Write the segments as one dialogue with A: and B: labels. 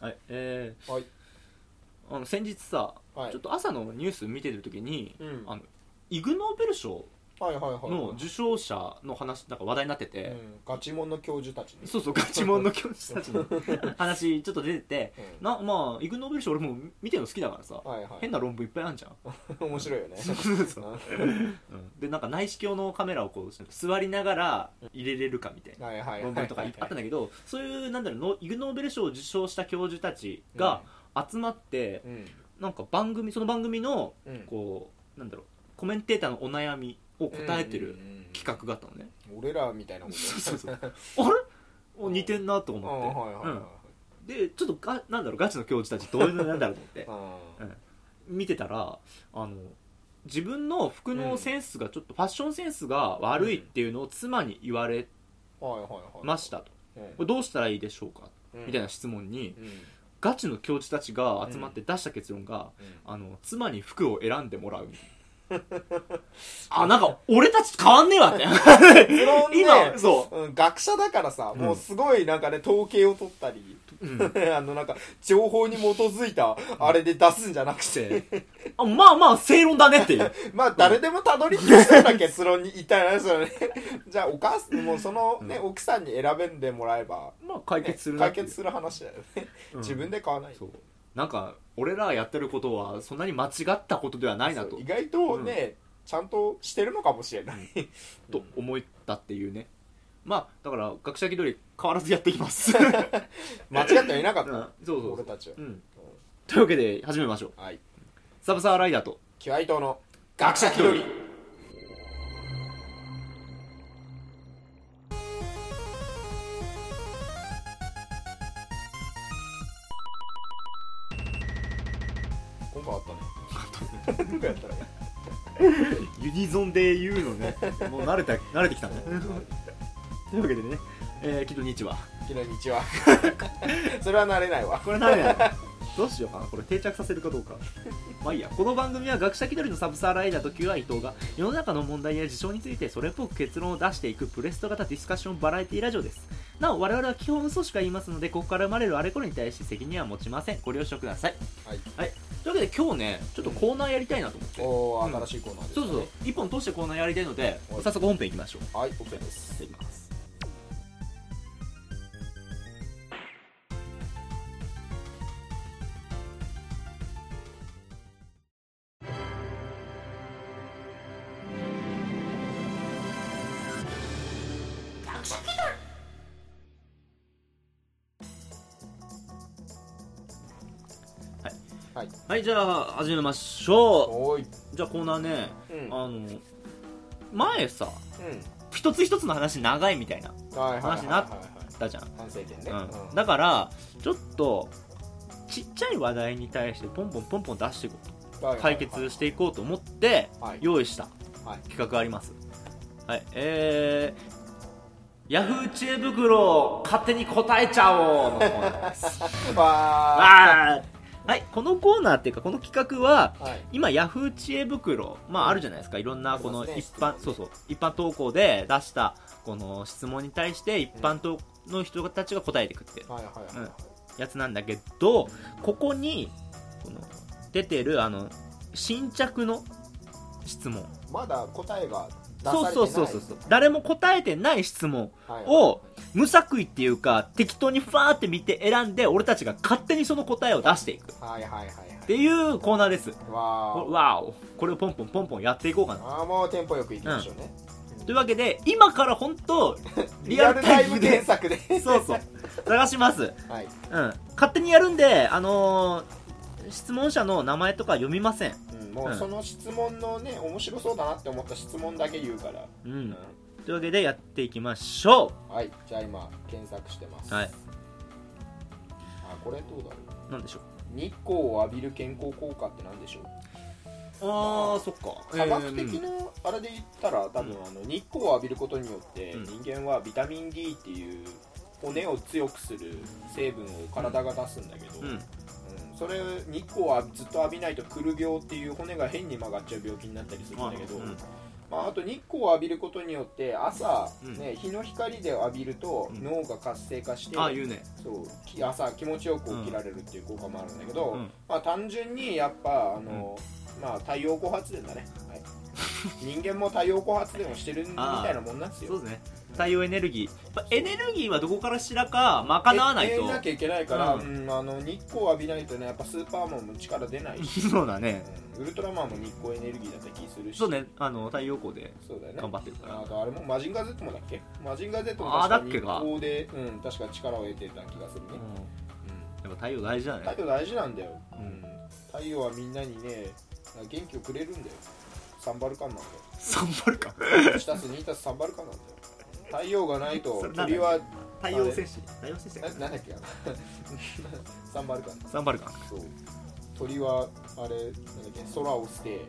A: はいえ
B: はい
A: ーあの先日さ、
B: はい
A: ちょっと朝のニュース見てる時に、
B: うん
A: あのイグ・ノーベル賞
B: はいはいはい
A: の受賞者の話なんか話題になってて、
B: うん、ガチモンの教授たちね
A: そうそうガチモンの教授たち の話ちょっと出てて、
B: うん
A: なまあイグ・ノーベル賞俺も見てるの好きだからさ、
B: はいはい
A: 変な論文いっぱいあるじゃん
B: 面白いよね
A: そうそうそう
B: は
A: うんでなんか内視鏡のカメラをこう座りながら入れれるかみたいない
B: はい
A: 論
B: は
A: 文
B: い
A: とかあったんだけどそういうなんだろうノイグ・ノーベル賞を受賞した教授たちが集まって、
B: うん
A: なんか番組その番組の
B: うん
A: こうなんだろうコメンテーターのお悩みを答えてる企画があったのね、
B: 画俺らみたいなもんね
A: そうそうそう あれお似てんなと
B: うん
A: 思って、
B: はいはいはい
A: うんでちょっとがなんだろうガチの教授たちどういうのなんだろうと思っ て
B: はい
A: 見てたらあの自分の服のセンスがちょっとファッションセンスが悪いっていうのを妻に言われ
B: はいはいはい
A: ましたと、
B: うん
A: これどうしたらいいでしょうか
B: うん
A: みたいな質問に
B: うん
A: ガチの教授たちが集まって出した結論が、
B: う
A: あの妻に服を選んでもらう あなんか俺たちと変わんねえわって
B: ん結論 ね
A: 今そ
B: うん学者だからさ
A: ん
B: もうすごいなんかね統計を取ったり
A: う、うん
B: あのなんか情報に基づいたあれで出すんじゃなくて
A: ってあまあまあ正論だねっていう
B: まあ誰でもたどり着くような結論に至らないですよね じゃあお母さんもうそのね、
A: う
B: 奥さんに選べんでもらえば、
A: まあ解
B: ね
A: 決するなっ
B: 解
A: ていう
B: 決する話だよね、
A: うん
B: 自分で買わない
A: そうなんか俺らやってることはそんなに間違ったことではないな
B: そ
A: と
B: う意外とね、ちゃんとしてるのかもしれない、
A: と思ったっていうねまあだから学者気取り変わらずやっていきます
B: 間違ってはいなかっ
A: う
B: た、
A: んそうそう
B: 俺たちは、
A: うんというわけで始めましょう
B: はい
A: サブサーライダーと
B: キュアイ島の学者気取り今回あったね今回やった らいい
A: ユニゾンで言うの ねもう慣れた慣れてきたね というわけでねえー、キドニチは
B: 昨 日道はそれは慣れないわ
A: これ何 やどうしようかなこれ定着させるかどうかまあいいやこの番組は学者気取りのサブサーライダーと QI 伊藤が世の中の問題や事象についてそれっぽく結論を出していくプレスト型ディスカッションバラエティラジオですなお我々は基本嘘しか言いますのでここから生まれるあれこれに対して責任は持ちませんご了承ください
B: はい、
A: というわけで今日ねちょっとコーナーやりたいなと思って、
B: おお
A: うん
B: 新しいコーナーです、
A: そうそう一本通してコーナーやりたいので
B: はい
A: 早速本編いきましょう
B: はい OK です
A: いきます
B: はい
A: はいじゃあ始めましょ
B: おーいう
A: じゃあコーナーね
B: うん
A: あの前さ
B: う
A: 一つ一つの話長いみたいな言っ
B: んはいはいはいはい
A: 話にな
B: は
A: っ
B: い
A: たじゃん、
B: 反省点
A: う
B: ね、
A: ん
B: うん
A: だからちょっとちっちゃい話題に対してポンポンポンポン出していこう解決していこうと思って
B: はい
A: 用意した
B: はい
A: 企画がありますはいえー、ヤフー知恵袋勝手に答えちゃおうのコーナ ーです
B: わ
A: わーはいこのコーナーっていうかこの企画は
B: ーはい
A: 今ヤフー知恵袋、まあ、あるじゃないですかいろんなこの
B: ありま
A: 一
B: すね
A: 般
B: 質
A: そ
B: 問ね
A: うそう一般投稿で出したこの質問に対して一般投の人たちが答えてくって
B: はいはいはいはい
A: やつなんだけどここにこの出てるあの新着の質問
B: まだ答えが出されて
A: そ
B: な
A: う
B: い
A: そうそうそうそう誰も答えてない質問
B: はいはい
A: を無作為っていうか適当にファーって見て選んで俺たちが勝手にその答えを出していくっ
B: はいはいはいは
A: ていうコーナーです
B: いわー
A: わおこれをポンポンポンポンやっていこうかな
B: あーもうテンポよくいきましょうね、
A: というわけで今から本 当リアルタイムで
B: 検索で
A: そうそう探します、うん、
B: はい
A: 勝手にやるんであのー質問者の名前とか読みません
B: うんもうその質問のね面白そうだなって思った質問だけ言うから、
A: う
B: うん
A: というわけでやっていきましょ
B: はいじゃあ今検索してます
A: うはい
B: あこれどうだろう
A: なんでしょう
B: 日光を浴びる健康効果って何でしょう
A: あーそっか
B: 科学
A: え
B: 的
A: ー
B: なあれで言ったら多分あの日光を浴びることによって
A: うん
B: 人間はビタミン D っていう骨を強くする成分を体が出すんだけど、
A: うんうん
B: うんそれ日光をずっと浴びないとくる病っていう骨が変に曲がっちゃう病気になったりするんだけど、
A: うん
B: う
A: うんん
B: まあ、あと日光を浴びることによって朝、
A: うん
B: ね日の光で浴びると
A: うん
B: 脳が活性化して、
A: ああ言うね
B: そうき朝気持ちよく起きられるっていう効果もあるんだけど、
A: うん
B: まあ、単純にやっぱあの、まあ、太陽光発電だね、はい、 人間も太陽光発電をしてるみたいなもんなんです
A: そ
B: よ
A: うですね太陽エネルギーやっぱエネルギーはどこからしらか賄わない
B: え
A: と
B: えなきゃいけないから、
A: う
B: うんんあの日光を浴びないとねやっぱスーパーマンも力出ないし、
A: そうだね
B: うんウルトラマンも日光エネルギーだった気するし
A: そうねあの太陽光で
B: そうだよね
A: 頑張ってるから
B: あとあれもマジンガー Z もだっけマジンガー Z も
A: あー
B: 確
A: だっ
B: か日
A: けか
B: 光で、うん、確か力を得てた気がするね、
A: や
B: うん
A: っぱ太陽大事だ ね
B: 太陽大事なんだよ、
A: う
B: うんん、太陽はみんなにね元気をくれるんだよサンバルカンなんだよ
A: サンバルか
B: 1たす2たすサンバルカンなんだよ太陽がないと
A: それなんだ
B: 鳥は
A: 太陽戦士太陽戦士
B: ななんだっけあのサンバルカンだ
A: サンバルか
B: そう鳥はあれなんだっけ空を捨て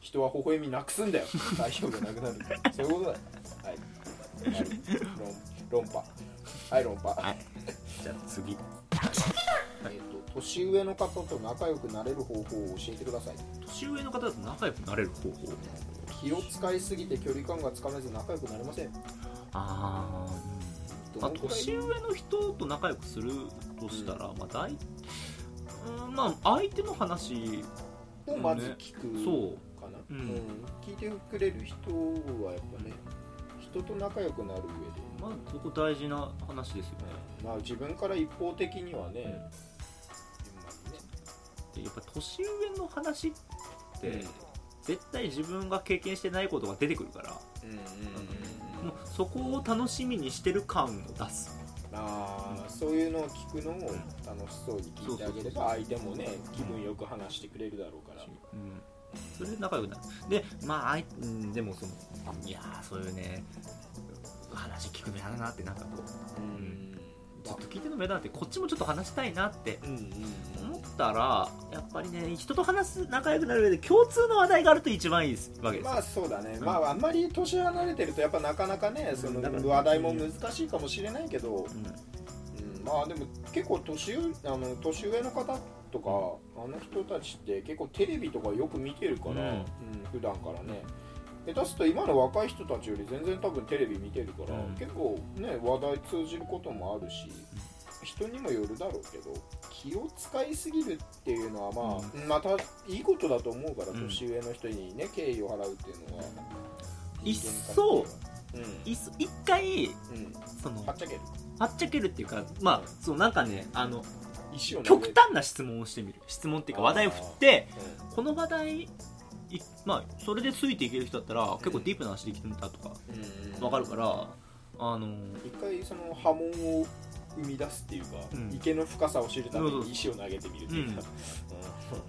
B: 人は微笑みなくすんだよ太陽がなくなるそういうことだよはい、はい、論論破はい論破
A: はいじゃあ次
B: えっと年上の方と仲良くなれる方法を教えてください
A: 年上の方と仲良くなれる方法
B: 気を使いすぎて距離感がつかめず仲良くなりません
A: あーまあ年上の人と仲良くするとしたら、まあ大うんまあ相手の話
B: をまず聞く
A: そう
B: かな、
A: う
B: うんん聞いてくれる人はやっぱね人と仲良くなる上で、
A: まあそこ大事な話ですよね
B: まあ、自分から一方的にはね、
A: でやっぱ年上の話って、
B: うん
A: 絶対自分が経験してないことが出てくるから、
B: うんうんうん
A: もうそこを楽しみにしてる感を出す
B: あーそういうのを聞くのを楽しそうに聞いてあげれば相手もね気分よく話してくれるだろうから、
A: うん、それで仲良くなるでまああい、うん、でもそのいやーそういうね話聞くのやだなってなんかこう
B: うん
A: ずっと聞いてるの目だなってこっちもちょっと話したいなって
B: うんうん
A: 思ったらやっぱりね人と話す仲良くなる上で共通の話題があると一番いいですわけです、
B: まあそうだね、
A: うん
B: まああんまり年離れてるとやっぱなかなかねそ
A: だから
B: の話題も難しいかもしれないけど、
A: うん
B: うん、まあでも結構年上あの年上の方とかあの人たちって結構テレビとかよく見てるから、
A: う
B: うんん普段からね下手すると今の若い人たちより全然多分テレビ見てるから、
A: うん
B: 結構ね話題通じることもあるし人にもよるだろうけど気を使いすぎるっていうのはまあ、またいいことだと思うから、
A: うん
B: 年上の人にね敬意を払うっていうのは。
A: いっ
B: 人間関
A: そ
B: 係はい
A: っそ一回
B: うん、うん、
A: その
B: はっちゃける
A: はっちゃけるっていうかまあそうなんかねあの
B: 石を投
A: 極
B: げる
A: 端な質問をしてみる質問っていうか話題を振ってこの話題いまあそれでついていける人だったら結構ディープな話できてみたとか
B: うんうん
A: わかるからあのー
B: 一回その波紋を生み出すっていうか、
A: うん
B: 池の深さを知るため
A: そうそう
B: に石を投げてみるっていうか、うんそう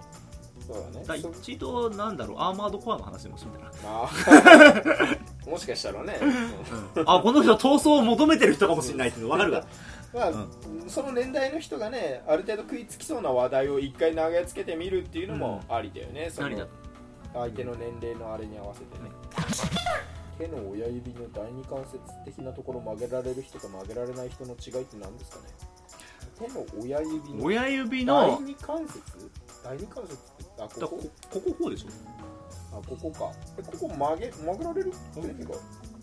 B: だ
A: だ
B: ねそ
A: 一度なんだろうアーマードコアの話もしてみたら、
B: あーもしかしたらね、
A: あこの人闘争を求めてる人かもしれないっていうのわかるから
B: まあその年代の人がねある程度食いつきそうな話題を一回投げつけてみるっていうのもありだよね、そ
A: 何だ
B: の相手の年齢のあれに合わせてね、手の親指の第二関節的なところ曲げられる人と曲げられない人の違いって何ですかね手の親指の
A: 親指
B: 第
A: の
B: 二関節第二関節って
A: だ
B: あこ
A: こ
B: こ
A: こここうでしょ
B: あここかえここ曲げ曲げられるっていうか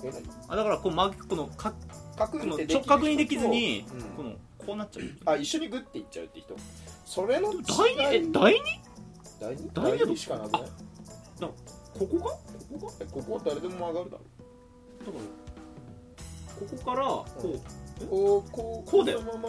B: え
A: あだからこう曲げこのか
B: 何確
A: この
B: 認でき
A: ち
B: る
A: ょ
B: 人と
A: 確認できずに、
B: うん
A: このこうなっちゃう
B: あ一緒にグッていっちゃうって人それの違い
A: 第二え第二
B: 第二
A: 第二
B: 第二しかなくないこ
A: ここか
B: こかえここは誰でも曲がる
A: だ
B: だろ
A: からここからこう、
B: うん
A: え
B: こうこう
A: こうだよ
B: のまま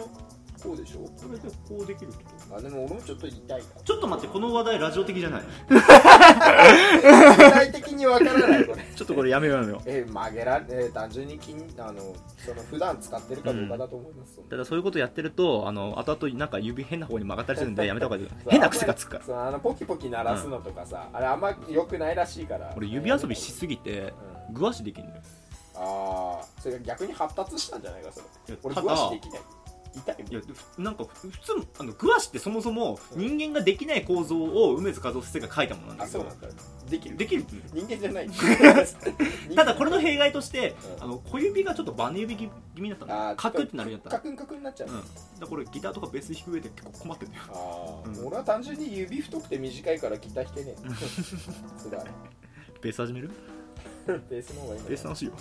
B: こうでしょ
A: これでこうできるってこと
B: あでも俺もちょっと痛いな
A: ちょっと待ってこの話題ラジオ的じゃない
B: 具体的にわからないこれ
A: ちょっとこれやめようやめよ
B: え曲げられ、え単純に筋あのその普段使ってるかどうかだと思います、
A: うただそういうことやってるとあの後々なんか指変な方に曲がったりするんでやめた方がい い
B: そう
A: 変な癖がつくから
B: そうあのポキポキ鳴らすのとかさ、あれあんま良くないらしいから
A: 俺指遊びしすぎて
B: うん
A: 具足できんのよ
B: ああそれが逆に発達したんじゃないかそれ
A: いや
B: 俺
A: た
B: 具
A: だ
B: 足できない痛いもん
A: いやふなんかふ普通あの具足ってそもそも人間ができない構造を梅津和夫先生が書いたものなんだ
B: あ
A: け
B: そう
A: ど
B: なんだできる
A: できる
B: 人間じゃない
A: ただこれの弊害として
B: うん
A: あの小指がちょっとバネ指気味になった
B: あ
A: の
B: ー
A: カクってなるようにな
B: カ
A: っ
B: クンカクンになっちゃ
A: た
B: う、
A: うんだからこれギターとかベース弾く上で結構困ってんだよ
B: ああ、
A: うん
B: 俺は単純に指太くて短いからギター弾けねえつらい
A: ベース始める
B: ベースの方がいいのか
A: ベース楽しいよ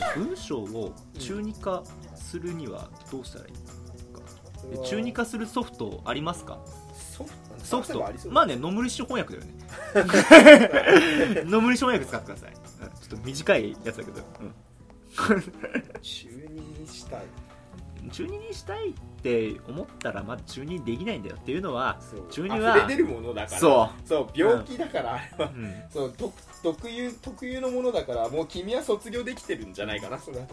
A: 文章を中二化するにはどうしたらいい
B: それ
A: で
B: は
A: 中二化するソフトありますか
B: ソフ
A: ソ
B: ト
A: フ
B: 例え
A: ト
B: ばありそう
A: まあね野村市翻訳だよ ね野村市翻訳使ってくださいうんちょっと短いやつだけど、
B: 中二にしたい
A: うん、中二にしたいって思ったらまあ中二にできないんだよっていうのは
B: そう
A: 中二は
B: 溢れ出るものだから
A: そ
B: そう病気だから、あれは
A: う、うん
B: そう特特有特有のものだからもう君は卒業できてるんじゃないかなそれは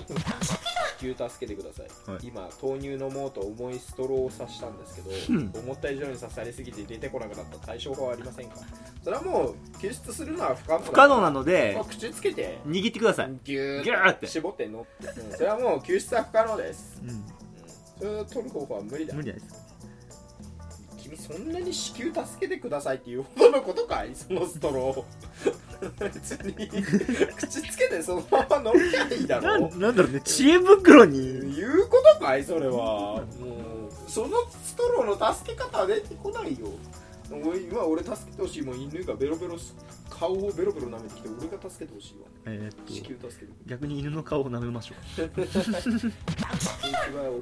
B: 急助けてください、
A: はい
B: 今豆乳飲もうと重いストローを刺したんですけど、
A: うん
B: 思った以上に刺されすぎて出てこなくなった対処法はありませんかそれはもう救出するのは不可能
A: 不可能
B: な
A: なので
B: 口つけて
A: 握ってください、
B: ギュー
A: ギューって
B: 絞ってのって、うんそれはもう救出は不可能です、
A: うん、
B: うんそれを取る方法は無理だ
A: 無理じゃないですか
B: 君そんなに至急助けてくださいっていうほどのことかい そのストロー別に口つけてそのまま飲みたいいだ
A: な
B: ろ
A: んなんだ ろうね知恵袋
B: 言
A: に
B: うことかいそれはもうそのストローの助け方は出てこないよ俺今俺助けてほしいもん犬がベロベロし顔をベロベロ舐めてきて俺が助けてほしいわ
A: えー
B: 至
A: っと
B: 急助けて
A: 逆に犬の顔を舐めましょ
B: 一は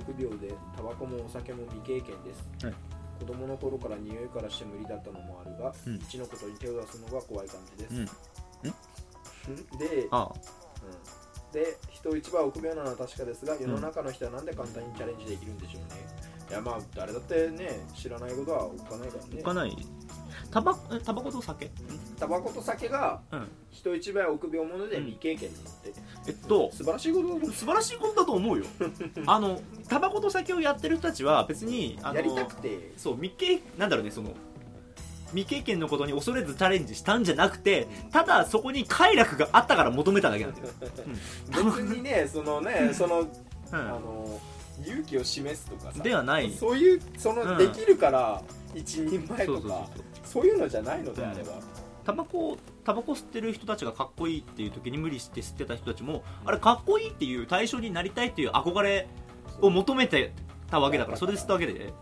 B: 臆病でタバコもお酒も未経験です、
A: はい
B: 子供の頃から匂いからして無理だったのもあるが、
A: うん
B: 一のことに手を出すのが怖い感じです、
A: ううん
B: で
A: ああ
B: うんで人一倍臆病なのは確かですが世の中の人はなんで簡単にチャレンジできるんでしょうね、いやまあ誰だってね知らないことはおっかないからね
A: 置かないタバコえタバコと酒
B: タバコと酒が
A: うん
B: 人一倍臆病者で
A: うん
B: 未経験なんて、
A: えっと
B: 素晴らしいことだと思う
A: 素晴らしいことだと思う よあのタバコと酒をやってる人たちは別にあの
B: やりたくて
A: そう未経なんだろうねその未経験のことに恐れずチャレンジしたんじゃなくてただそこに快楽があったから求めただけなんだよ、
B: 別にねそのね その
A: う
B: あの勇気を示すとかさ
A: ん、ではない
B: そういうその、
A: うん
B: できるから一人前
A: そ
B: と
A: うそうそう
B: か
A: そう
B: そういうのじゃないのであれば、
A: タバコタバコ吸ってる人たちがかっこいいっていう時に無理して吸ってた人たちもあれかっこいいっていう対象になりたいっていう憧れを求めてたわけだからそれで吸ったわけで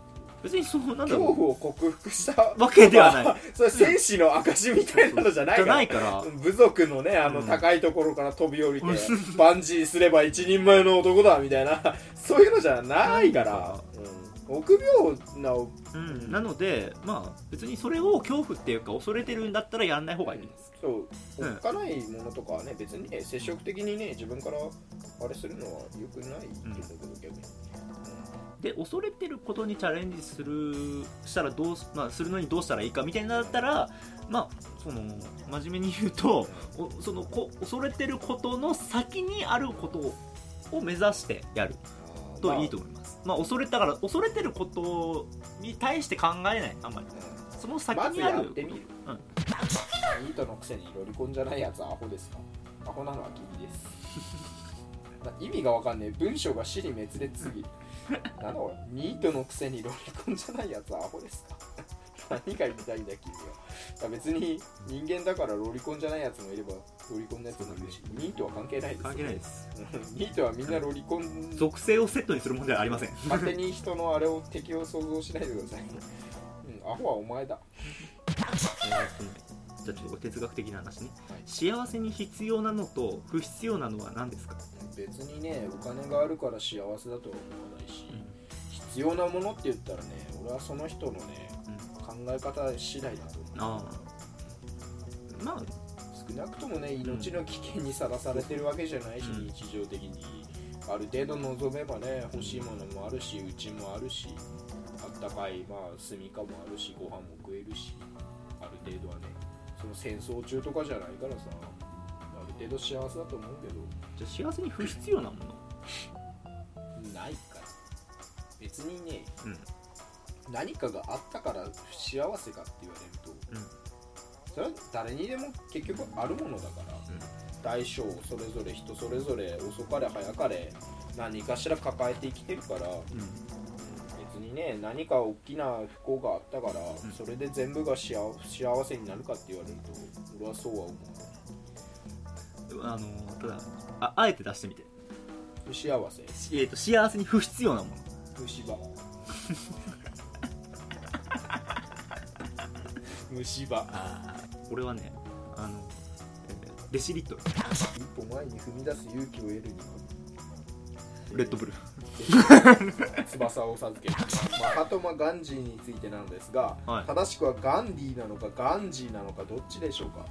A: 別にそのなんだろ
B: 恐
A: う
B: 怖を克服した
A: わけではない
B: それ戦士の証みたいなのじゃない
A: じ
B: か
A: ゃ
B: ら
A: ないから
B: 部族のねあの
A: うん
B: 高いところから飛び降りて、
A: うん
B: バンジーすれば一人前の男だみたい なそういうのじゃないから、うん、臆病な
A: うん、なので、まあ、別にそれを恐怖っていうか恐れてるんだったらやらない方がいいです、
B: そうお
A: うん
B: っかないものとかはね別にね積極的にね自分からあれするのは良くないっていうことだけど、
A: で恐れてることにチャレンジするしたらどう、まあ、するのにどうしたらいいかみたいなのだったら、まあ、その真面目に言うとおそのこ恐れてることの先にあることを目指してやる
B: あー
A: と
B: まあ
A: いいと思います、まあ、恐れだから恐れてることに対して考えないあんまり
B: うん
A: その先
B: まず
A: にあ
B: や
A: る
B: ってみる、
A: うん
B: ニートのくせにロリコンじゃないやつはアホですかアホなのは君です な意味がわかんねえ文章が死に滅裂 すぎるなんだこれニートのくせにロリコンじゃないやつはアホですか 何が言いたいんだ君はだから別に人間だからロリコンじゃないやつもいればロリコンのやつもいるしニートは関係ないですよ
A: 関係ないです
B: うん ニートはみんなロリコン
A: 属性をセットにするもんじゃありません
B: 勝手に人のあれを敵を想像しないでください、うん、アホはお前だ
A: じゃあちょっと哲学的な話ね、
B: はい
A: 幸せに必要なのと不必要なのは何ですか、
B: 別にねお金があるから幸せだとは思わないし、必要なものって言ったらね俺はその人のね考え方次第だと思う
A: ああまあ
B: 少なくともね命の危険にさらされてるわけじゃないし、
A: うん
B: 日常的にある程度望めばね欲しいものもあるしうちもあるしあったかいまあ住みかもあるしご飯も食えるしある程度はねその戦争中とかじゃないからさある程度幸せだと思うけど
A: じゃあ幸せに不必要なもの、
B: ないから別にね
A: うん、
B: 何かがあったから不幸せかって言われると、それは誰にでも結局あるものだから、
A: うん
B: 大小それぞれ人それぞれ遅かれ早かれ何かしら抱えて生きてるから別にね何か大きな不幸があったから、
A: ん
B: それで全部が幸幸せになるかって言われると俺はそうは思う
A: あのただああえて出してみて、
B: 不幸せ
A: しえー、と幸せに不必要なもの
B: 虫 歯虫歯
A: 俺はねあの、えーデシリットル
B: 一歩前に踏み出す勇気を得るには
A: レッドブル
B: 翼を授ける、まあ、マハトマ・ガンジーについてなのですが、
A: はい
B: 正しくはガンディーなのかガンジーなのかどっちでしょうか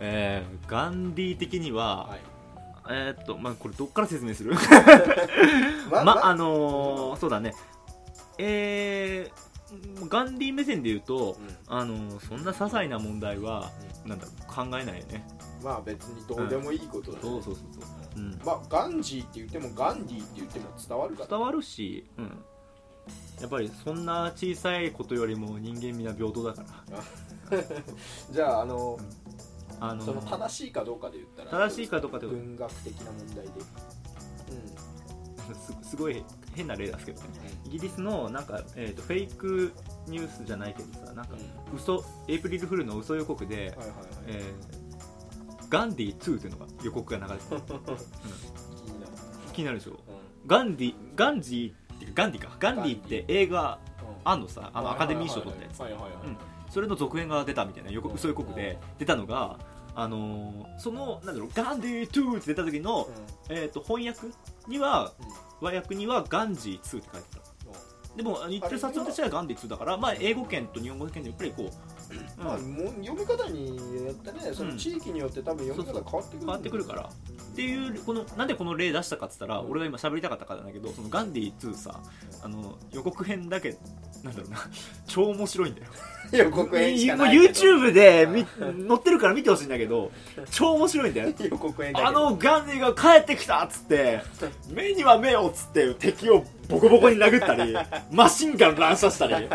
A: えー、ガンディ的には、
B: はい
A: えーっとまあこれどっから説明する
B: ま
A: まあのー、そうだねえー、ガンディ目線で言うと、
B: う
A: あのー、そんな些細な問題は、なんだろう考えないよね
B: んまあ別にどうでもいいことだね、
A: そうそうそうそう、うん、
B: まあガンジーって言ってもガンディーって言っても伝わるから
A: 伝わるし、うん、やっぱりそんな小さいことよりも人間みんな平等だから
B: じゃああの
A: あの
B: その正しいかどうかで言ったら
A: 正しいかどうかという
B: 文学的な問題でう
A: すすごい変な例ですけどイギリスのなんか、えー、とフェイクニュースじゃないけどさなんか
B: ん、うん
A: 嘘エイプリルフールの嘘予告で、
B: はいはいはい
A: えーガンディ2というのが予告が流れてた
B: 気になる
A: 気になるでしょ
B: うん
A: ガンディガンジーっていうかガンディかガンディって映画
B: うん
A: あんのさあの
B: は
A: ア
B: い
A: カデミー賞取ったやつ
B: はいはいはいはい
A: うんそれの続編が出たみたいな予告嘘予告で出たのが、あのーそのなんだろうガンディ2って出た時の、えー、と翻訳には
B: うんうん
A: 和訳にはガンジー2って書いてたでもあの言ってる冊のとしてはガンディ2だから、まあ、英語圏と日本語圏でやっぱりこう、
B: まあ、
A: うん、
B: も読み方によってねその地域によって多分読み方変わってくる
A: 変
B: んだよね
A: わってくるからっていうこのなんでこの例出したかっつったら俺が今喋りたかったからなんだけどそのガンディ2さあの予告編だけなんだろうな 超面白いんだよ
B: 予告編しか
A: もう
B: ないけど
A: YouTube で見載ってるから見てほしいんだけど超面白いんだよ
B: 予告編だけ
A: あのガンディが帰ってきたっつって目には目をっつって敵をボコボコに殴った りマシンガン乱射したり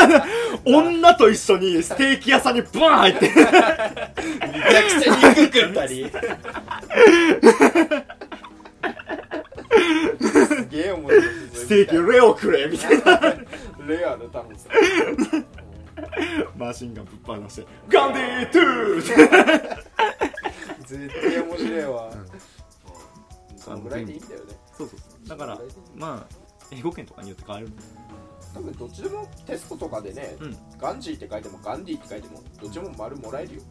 A: 女と一緒にステーキ屋さんにバーン入って
B: めちゃくちゃ肉食っ たりすげえ面白い
A: ステーキレオくれみたいな
B: レアだ多分さ
A: マシンガンぶっ放してガンディートゥー
B: 絶対面白いわ、そのぐらいでいいんだよね
A: そうそうそうだからまあ英語圏とかによって変わるんだよ
B: 多分どっちでもテストとかでね、
A: うん
B: ガンジーって書いてもガンディって書いてもどっちも丸もらえるよ、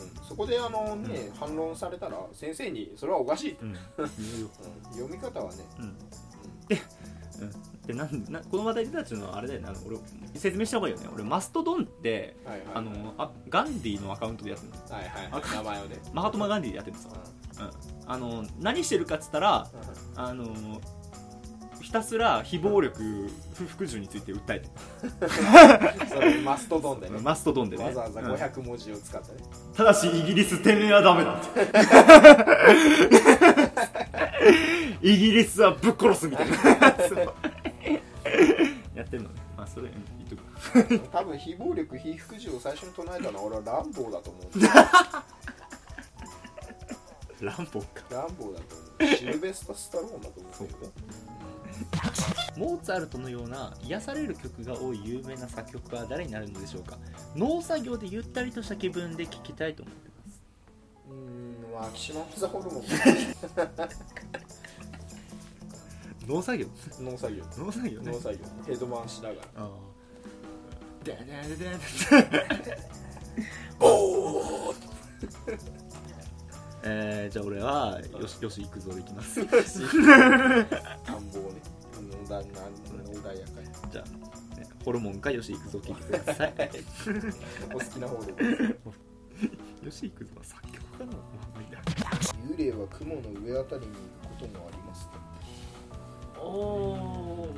B: うん、そこであのね、反論されたら先生にそれはおかしいって、うん読み方はね、
A: うん
B: うん
A: でなんなこの話題出たっていうのはあれだよねあの俺説明した方がいいよね俺マストドンって
B: はいはい
A: あのあガンディのアカウントでやってるの
B: はいは
A: あ
B: い名前を ね
A: マハトマ・ガンディでやってるんです
B: うん
A: よ、うん、あの何してるかっつったらあのひたすら非暴力不服従について訴えて
B: それマストドンでね
A: るマストドンでね
B: わざわざ
A: うん
B: 500文字を使ってね、
A: ただしイギリスてめえはダメ だってイギリスはぶっ殺すみた いなやってんのねまあそれうん言っとく
B: 多分非暴力非服従を最初に唱えたのは俺は乱暴だと 思う
A: ランボか
B: 乱暴だと思うシルベスタ・スタローンだと思うよ
A: モーツァルトのような癒される曲が多い有名な作曲家は誰になるのでしょうか農作業でゆったりとした気分で聴きたいと思ってます
B: うーんまあキシマフザホル モン
A: 農作業
B: 農作業
A: 農作業ね
B: 農作業ヘッドマンしながら
A: ああででででで
B: ボー
A: えー、じゃあ俺はよしよし行くぞでいきます
B: 田んぼをね穏やか穏やかに
A: じゃあ、ねホルモンかよし行くぞ聞いてください
B: お好きな方で幽
A: よし行くぞは作曲家なのまあまあいいや
B: 霊は雲の上あたりにいることもありますね
A: おお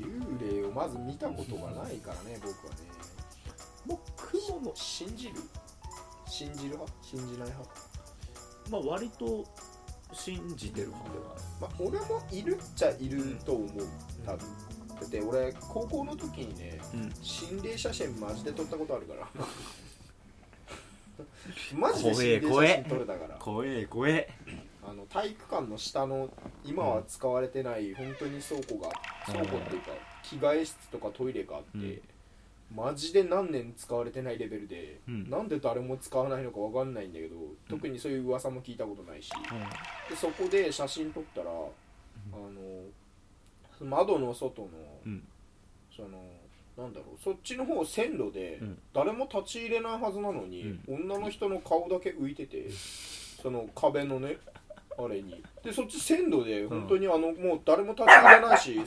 B: 幽霊をまず見たことがないからね僕はね
A: もう雲の
B: 信じる信じる派信じない派
A: まあ割と信じてる派では
B: まあ俺もいるっちゃいると思う多分だって俺高校の時にね
A: うん
B: 心霊写真マジで撮ったことあるから マジで
A: 怖
B: 心
A: え
B: 霊
A: 怖
B: 写
A: え
B: 真撮れたから
A: 怖え怖え
B: あの体育館の下の今は使われてない本当に倉庫が
A: うん
B: 倉庫っていうか着替え室とかトイレがあって、
A: うん
B: マジで何年使われてないレベルで、
A: うん
B: なんで誰も使わないのかわかんないんだけど特にそういう噂も聞いたことないし、でそこで写真撮ったら、あの窓の外の
A: うん
B: そのなんだろうそっちの方線路で
A: うん
B: 誰も立ち入れないはずなのに、女の人の顔だけ浮いててその壁 のねあれにでそっち線路で本当にあの、もう誰も立ち入れな いし、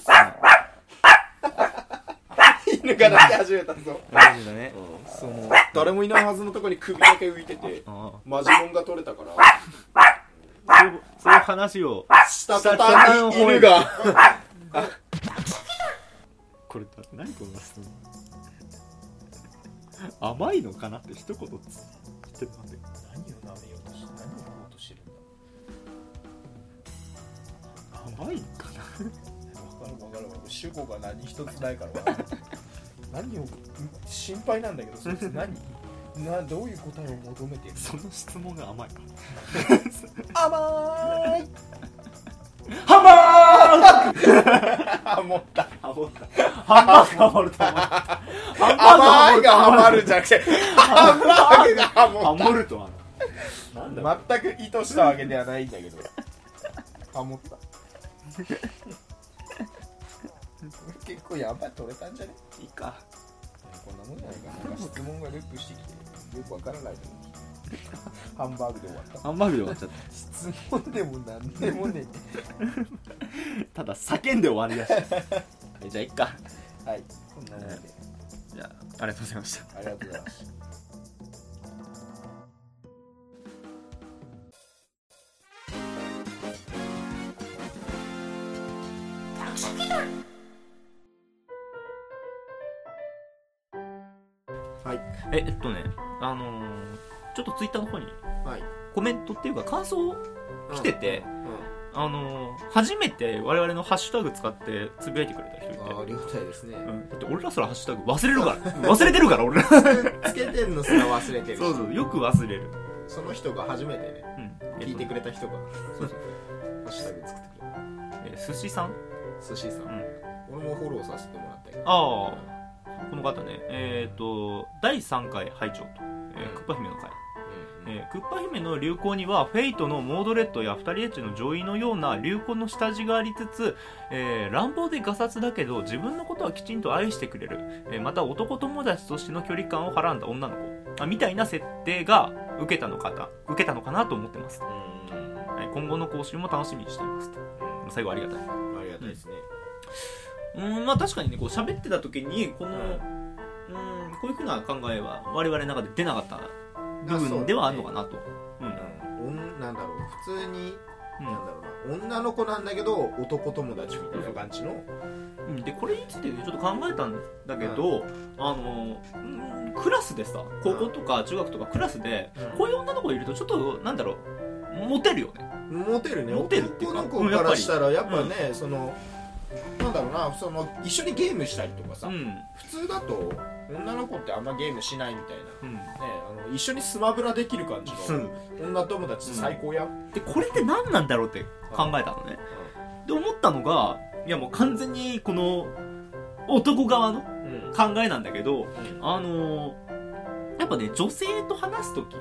B: 犬が鳴き始めた ぞ、
A: 大事だねその
B: 誰もいないはずのとこに首だけ浮い てて
A: あ
B: マジモンが取れたから
A: あそういうそういう話を
B: した途端に犬が
A: これ何この質問甘いのかなって一言つってたんで
B: 何を舐めようとして何を言おうとしてるんだ
A: 甘いかな
B: わかるわかるわかる主語が何一つないからわかる何を心配なんだけどそいつ何などういう答えを求めてる
A: その質問が甘いか
B: 甘ーい
A: ハンバー
B: ハモった
A: グハモったハンバーグハモると思ったハ
B: 甘いがハマるじゃなくてハンバーグがハモ
A: ハモるとはなんだ
B: った全く意図したわけではないんだけどハモった結構やばい取れたんじゃね
A: いいか
B: こんなもんじゃないかななんか質問がループしてきてよくわからないと思うハンバーグで終わった
A: ハンバーグで終わっちゃった
B: 質問でもなんでもね
A: ただ叫んで終わりだしえ じゃあいっか
B: えはいこんなもんで
A: じゃあありがとうございました
B: ありがとうございますはい
A: ええっとねあのーちょっとツイッターの方に
B: はい
A: コメントっていうか感想来てて、
B: うん
A: あのー初めて我々のハッシュタグ使ってつぶやいてくれた人いて
B: あーありがたいですね
A: うん、だって俺らすらハッシュタグ忘れるから 忘れてるから俺ら そ
B: つけてんのすら忘れてる
A: うそうよく忘れる、
B: その人が初めてね
A: うん、
B: 聞いてく
A: れ
B: れた人がハッシュタグ作ってくれた
A: 寿司さん
B: 寿司さん、
A: ん
B: 俺もフォローさせてもらったけど
A: あこの方ねえっ、と第3回拝聴と、えークッパ姫の回
B: うん
A: えークッパ姫の流行にはフェイトのモードレッドや二人エッチの女医のような流行の下地がありつつ、えー乱暴でガサツだけど自分のことはきちんと愛してくれる、えーまた男友達としての距離感をはらんだ女の子あみたいな設定が受けたのかな受けたのかなと思ってます、は
B: うんうん
A: い、今後の講習も楽しみにしていますと最後ありがたい
B: ありがたいですね、
A: うんまあ確かにねこう喋ってた時にこの、
B: う
A: うんこういうふうな考えは我々の中で出なかった部
B: あそう
A: 分ではあるのかなとうん
B: うん、女なんだろう普通に、
A: うん
B: なんだろうな女の子なんだけど男友達みたいな感じの、
A: うんでこれについてねちょっと考えたんだけど、あのうんクラスでさ高校とか中学とかクラスでこういう女の子いるとちょっとなんだろうモテるよね
B: モテるね
A: モテるっていうか
B: 男の子からしたらやっぱね、そのなんだろうなその一緒にゲームしたりとかさ、
A: うん
B: 普通だと女の子ってあんまゲームしないみたいな
A: うん
B: ね、あの一緒にスマブラできる感じの女友達最高や、
A: でこれって何なんだろうって考えたのね、で思ったのがいやもう完全にこの男側の
B: うんうん
A: 考えなんだけど
B: うん
A: あのやっぱね女性と話す時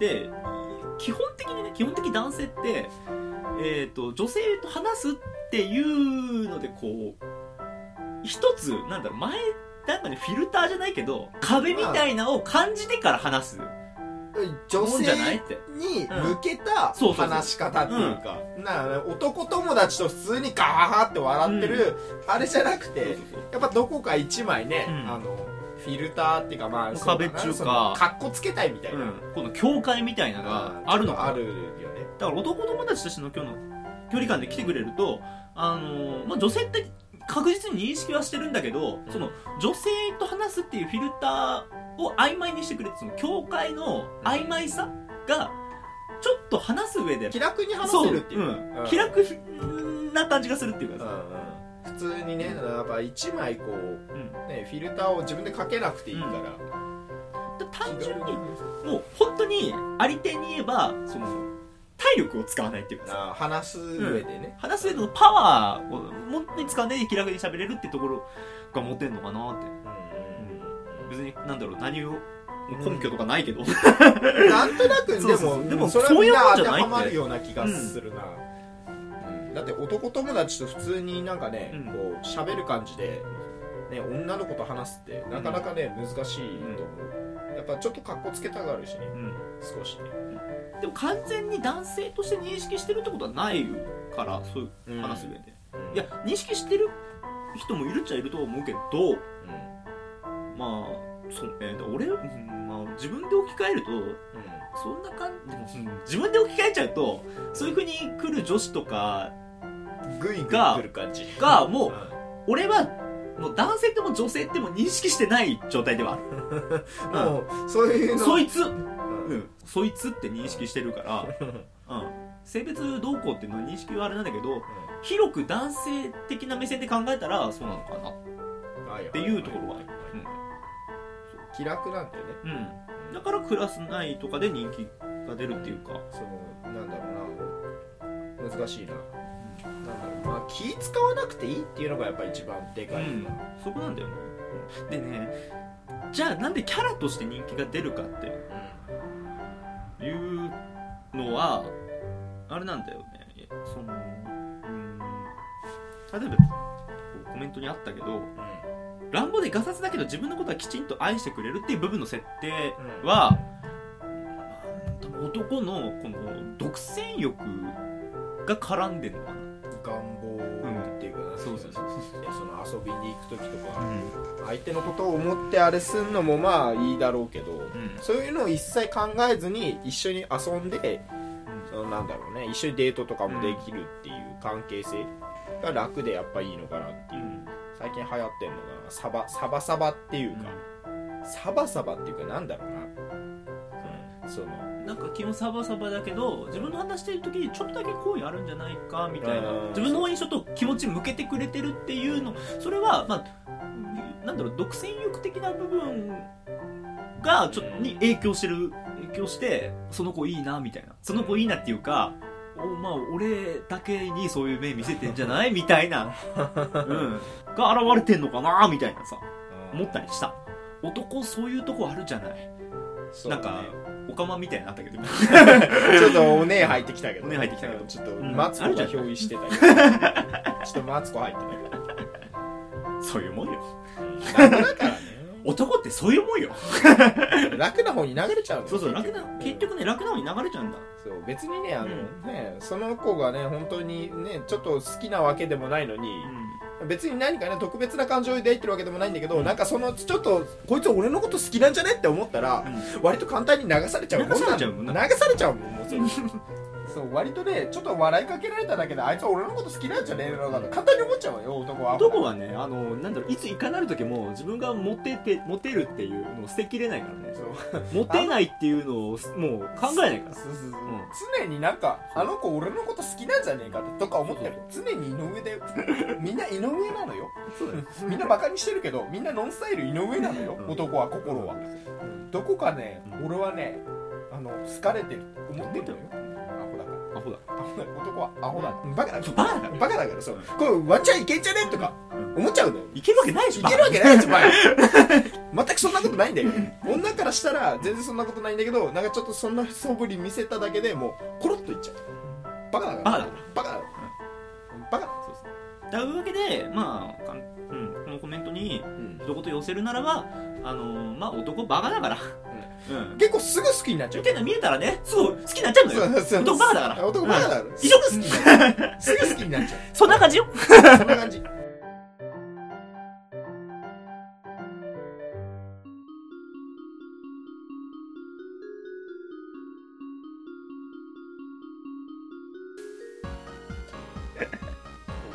A: で基本的にね基本的に男性って、えー、と女性と話すっていうのでこう一つなんだろう前なんかねフィルターじゃないけど壁みたいなのを感じてから話す
B: 女
A: もんじゃない
B: 性
A: って
B: に向けた
A: そうそうそう
B: 話し方っていうか、なあ男友達と普通にガハハって笑ってる、あれじゃなくてやっぱどこか一枚ね、
A: うん
B: あのフィルターっていうかまあそう
A: 壁
B: だな
A: っていうか
B: そのかっこつけたいみたい
A: う
B: な、
A: んこの境界みたいなのがあるの
B: あ
A: か
B: るよね
A: だから男友達としての今日の距離感で来てくれると、あのーまあ、女性って確実に認識はしてるんだけど、
B: うん
A: その女性と話すっていうフィルターを曖昧にしてくれてその境界の曖昧さがちょっと話す上で
B: 気楽に話
A: そ
B: せるっていうか
A: ん
B: うん
A: 気楽な感じがするっていうか
B: う
A: さ、
B: んうん普通にねやっぱ一枚こう、
A: うん
B: ね、フィルターを自分でかけなくていいから、
A: 単純にもう本当にあり手に言えばその体力を使わないっていうかさ
B: あ話す上でね、
A: 話す上でのパワーを本当に使わないで気楽に喋れるってところが持てんのかなって別になんだろう何を根拠とかないけど、
B: なんとなくで
A: そう
B: も
A: そう
B: うん
A: でも
B: それはみんな
A: そういうもん
B: 当
A: じ
B: て
A: ゃない
B: はまるような気がするな、うんだって男友達と普通になんかね、
A: うん
B: こう喋る感じでね、女の子と話すってなかなかね、難しいと思うやっぱちょっとかっこつけたがるしね
A: うん
B: 少しね、
A: でも完全に男性として認識してるってことはないからそういう話す上で、
B: うん
A: いや認識してる人もいるっちゃいるとは思うけど
B: うん
A: まあそうねだから俺、うんまあ、自分で置き換えると
B: う
A: そんな感じでも、うん自分で置き換えちゃうとそういうふうに来る女子とか
B: んグイグイ
A: が
B: 来る感じ
A: がもう
B: うん
A: 俺はもう男性でも女性でも認識してない状態ではある、
B: もうそういう
A: うん、
B: の
A: そいつ、
B: うん
A: うん、そいつって認識してる か
B: うん
A: ら、うん、性別動向っていうのは認識はあれなんだけど広く男性的な目線で考えたらそうなのかなっていうところはある
B: 気楽なんでね
A: うんだからクラス内とかで人気が出るっていうか
B: そのなんだろうな難しいな,、なんだろうまあ気使わなくていいっていうのがやっぱ一番でかいよな、
A: そこなんだよねでねじゃあなんでキャラとして人気が出るかっていうのはあれなんだよねいやそのうん例えばこうコメントにあったけど乱暴でガサツだけど自分のことはきちんと愛してくれるっていう部分の設定は、多分男のこの独占欲が絡んでるのかな
B: 願望っていうかな、
A: そうそうそう
B: いやその遊びに行く時と
A: う
B: か、
A: ん
B: 相手のことを思ってあれすんのもまあいいだろうけど、
A: うん
B: そういうのを一切考えずに一緒に遊んで、そのなんだろうね一緒にデートとかもできるっていう関係性が楽でやっぱいいのかなっていう、最近流行ってんのがサバサバサバっていうか、サバサバっていうかなんだろうな、その
A: なんか基本サバサバだけど自分の話してる時にちょっとだけ好意あるんじゃないかみたいな
B: うん
A: 自分の印象と気持ち向けてくれてるっていうのそれはまあなんだろう独占欲的な部分がちょっと
B: うん
A: に影響してる影響してその子いいなみたいなその子いいなっていうかおまあ俺だけにそういう目見せてんじゃないみたいな、うん、が現れてんのかなみたいなさ思ったりした男そういうとこあるじゃない
B: そう
A: な
B: だ
A: ん
B: ね
A: かオカマみたいになったけど
B: ちょっとおねえ入ってきたけど
A: おねえ入ってきたけど
B: ちょっと
A: ん
B: マツコ
A: あるじ
B: が
A: ゃん
B: 憑依してたけどちょっとマツコ入って
A: そういうもんよ
B: たけど楽だからね
A: 男ってそういうもんよ
B: 楽な方に流れちゃうんだよ
A: そうそう
B: 結
A: 楽
B: 局
A: な結局ね楽な方に流れちゃうんだ
B: そう別にねあの、
A: うん
B: ねその子がね本当にねちょっと好きなわけでもないのに、別に何かね特別な感情で抱いてるわけでもないんだけど、なんかそのちょっとこいつ俺のこと好きなんじゃねって思ったら、割と簡単に流されちゃうもんなん
A: 流されちゃうもんな
B: 流されちゃうもんもうそれ そう割とねちょっと笑いかけられただけであいつ俺のこと好きなんじゃねえのかと簡単に思っちゃうわよ男は
A: 男はねあのなんだろういついかなる時も自分がモテてモテるっていうのを捨てきれないからね
B: そう
A: モテないっていうのをすもう考えないから
B: そうそうそ
A: う
B: う
A: ん
B: 常になんかあの子俺のこと好きなんじゃねえかとか思ってる常に井上 だよみんな井上なのよ
A: そうだよ
B: みんなバカにしてるけどみんなノンスタイル井上なのよ、
A: うん
B: 男は心は、どこかね、
A: うん
B: 俺はねあの好かれてると思ってるのよアホだから
A: アホだ
B: アホだから男はアホだ、バカだから
A: バカだから
B: バカだからそう
A: うん
B: これ割っちゃいけんじゃねとか思っちゃうのよ
A: いけるわけないでし
B: い
A: ょ
B: けるわけないでしょ前全くそんなことないんだよ女からしたら全然そんなことないんだけどなんかちょっとそんな素振り見せただけでもうコロッといっちゃうバカだからバカだからバカだか
A: そうそうというわけでまあかんうんこのコメントに
B: ら、
A: 一言寄せるならばあのまあ男バカだからうん
B: 結構すぐ好きになっちゃ
A: み
B: う
A: たいなの見えたらねすぐ好きになっちゃうのよ
B: そうそう
A: 男バカだから
B: 男バカだから、
A: ん
B: すぐ好きに なっちゃうすぐ好きになっちゃ
A: そんな感じよ
B: うそんな感じ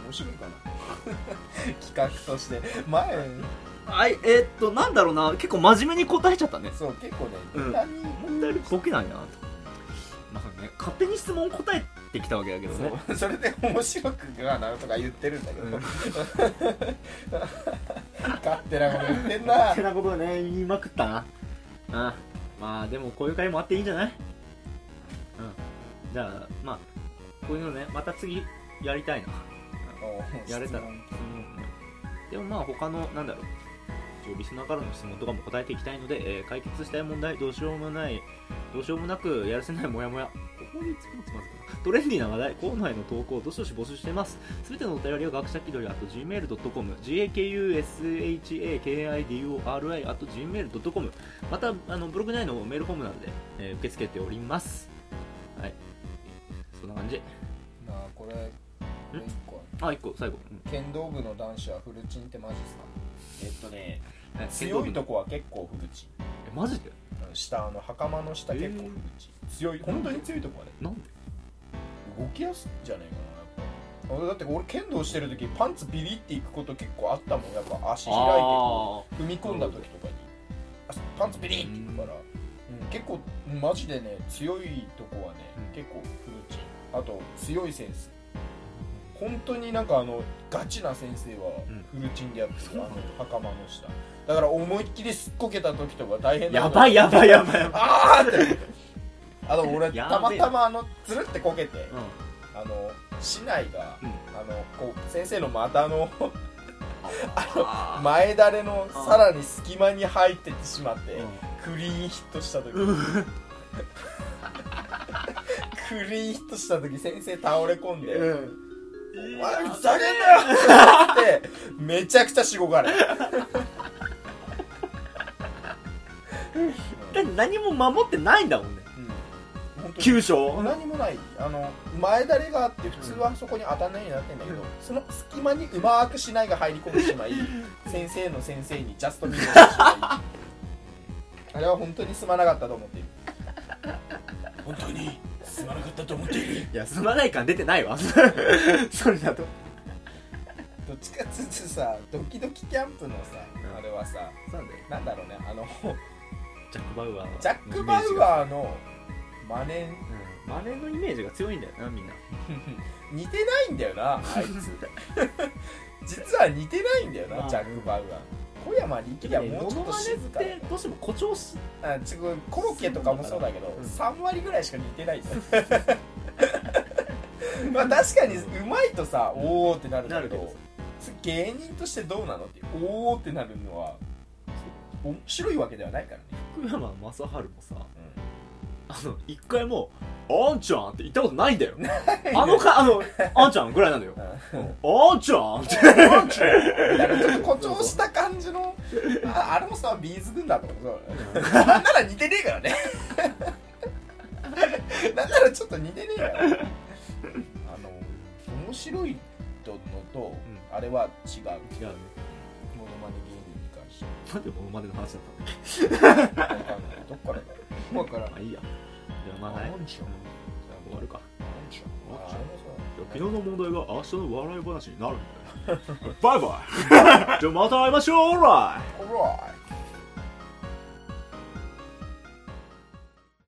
B: 面白いかな企画として前
A: はいえーっとなんだろうな結構真面目に答えちゃったね
B: そう結構ね
A: うん
B: ネタに
A: 問題よりボケないなとまあね勝手に質問答えてきたわけだけどね
B: そうそれで面白くがなとか言ってるんだ けど、
A: うん
B: 勝手なこと言ってん な
A: てなことね言いまくったなあまあでもこういう回もあっていいんじゃないうんじゃあまあこういうのねまた次やりたいなやれたら
B: うん
A: でもまあ他のなんだろう一応リスナーからの質問とかも答えていきたいので、えー解決したい問題どうしようもないどうしようもなくやるせないモヤモヤこで作るのつまずくなトレンディーな話題コーナーへの投稿をどしどし募集していますすべてのお便りは学者気取り at gmail.com gakushakidori at gmail.com またあのブログ内のメールフォームなどで、えー受け付けておりますはいそんな感じ
B: なあこれもう一個
A: あ一個最後、うん
B: 剣道部の男子はフルチンってマジですかえっとね
A: え
B: 強い
A: 剣道
B: と
A: 部
B: こは結構フルチン
A: えマジで
B: 下あの袴の下結構フルチン、強い本当に強いとこはね
A: なんで
B: 動きやすいんじゃないかなやっぱ俺だって俺剣道してる時パンツビリっていくこと結構あったもんやっぱ足開いてこ
A: あ
B: う踏み込んだ時とかにあパンツビリっていくから、うん結構マジでね強いとこはね、
A: うん
B: 結構フルチンあと強いセンス本当になんかあのガチな先生は
A: う
B: フルチンでやってる、あの袴の下だから思いっきりすっこけた時とか大変
A: ー
B: な
A: やばいやばいやばいやばい
B: あーってあの俺
A: や
B: たま
A: べえ
B: たまあのつるってこけて
A: うん
B: あの市内が、
A: うん
B: あのこう先生の股の
A: あ
B: 前だれの
A: あ
B: さらに隙間に入ってってしまって、
A: ー
B: クリーンヒットした時、
A: うん
B: クリーンヒットした時先生倒れ込んで「お前ふざけんなよ!」ってめちゃくちゃしごかれうん
A: だって何も守ってないんだもんね
B: うん本当に
A: 急所
B: 何もないあの前だれがあって普通はそこに当たんないようになってんだけど、
A: うん
B: その隙間にうまくしないが入り込んでしま い先生の先生にジャストミートしてしまいあれは本当にすまなかったと思っている本当にすまなかったと思っている
A: いやすまない感出てないわそれだと
B: どっちかっつつさドキドキキャンプのさ
A: うん
B: あれはさ
A: なんで
B: なんだろうねあの
A: ジャック・バウアーの
B: ジャック・バウアーの真似
A: うんマネのイメージが強いんだよなみんな
B: 似てないんだよなあいつ実は似てないんだよな、
A: まあ
B: ジャック・バウアー小山力也もうちょっと静か
A: モノマネってどうしても誇張し
B: あちょコロッケとかもそうだけど、
A: うん
B: 3割ぐらいしか似てないん だよまあ確かにうまいとさおおってなるんだけど
A: なるけど
B: 芸人としてどうなのっていうおおってなるのは面白いわけではないからね、
A: 福山雅治もさあの一回も「あんちゃん」って言ったことないんだよあのかあの「あんちゃん」ぐらいなんだよ
B: うん
A: あんちゃんって
B: だからちょっと誇張した感じのああれもさビーズ軍団とかもそうだねなんなら似てねえからねなんならちょっと似てねえからねあの面白いのと、
A: う
B: あれは違
A: 違
B: う
A: うね
B: モノマネ芸人に関して
A: なんでモノマネの話だったの
B: わかんないどっからだろうから
A: まあいいやじゃあまあはい
B: あんち
A: う
B: ゃん
A: んじゃあ終わるか
B: ああれもそう
A: じゃあ昨日の問題が明日の 笑い話になるんだよバイバイじゃあまた会いましょうオーライ
B: オーライ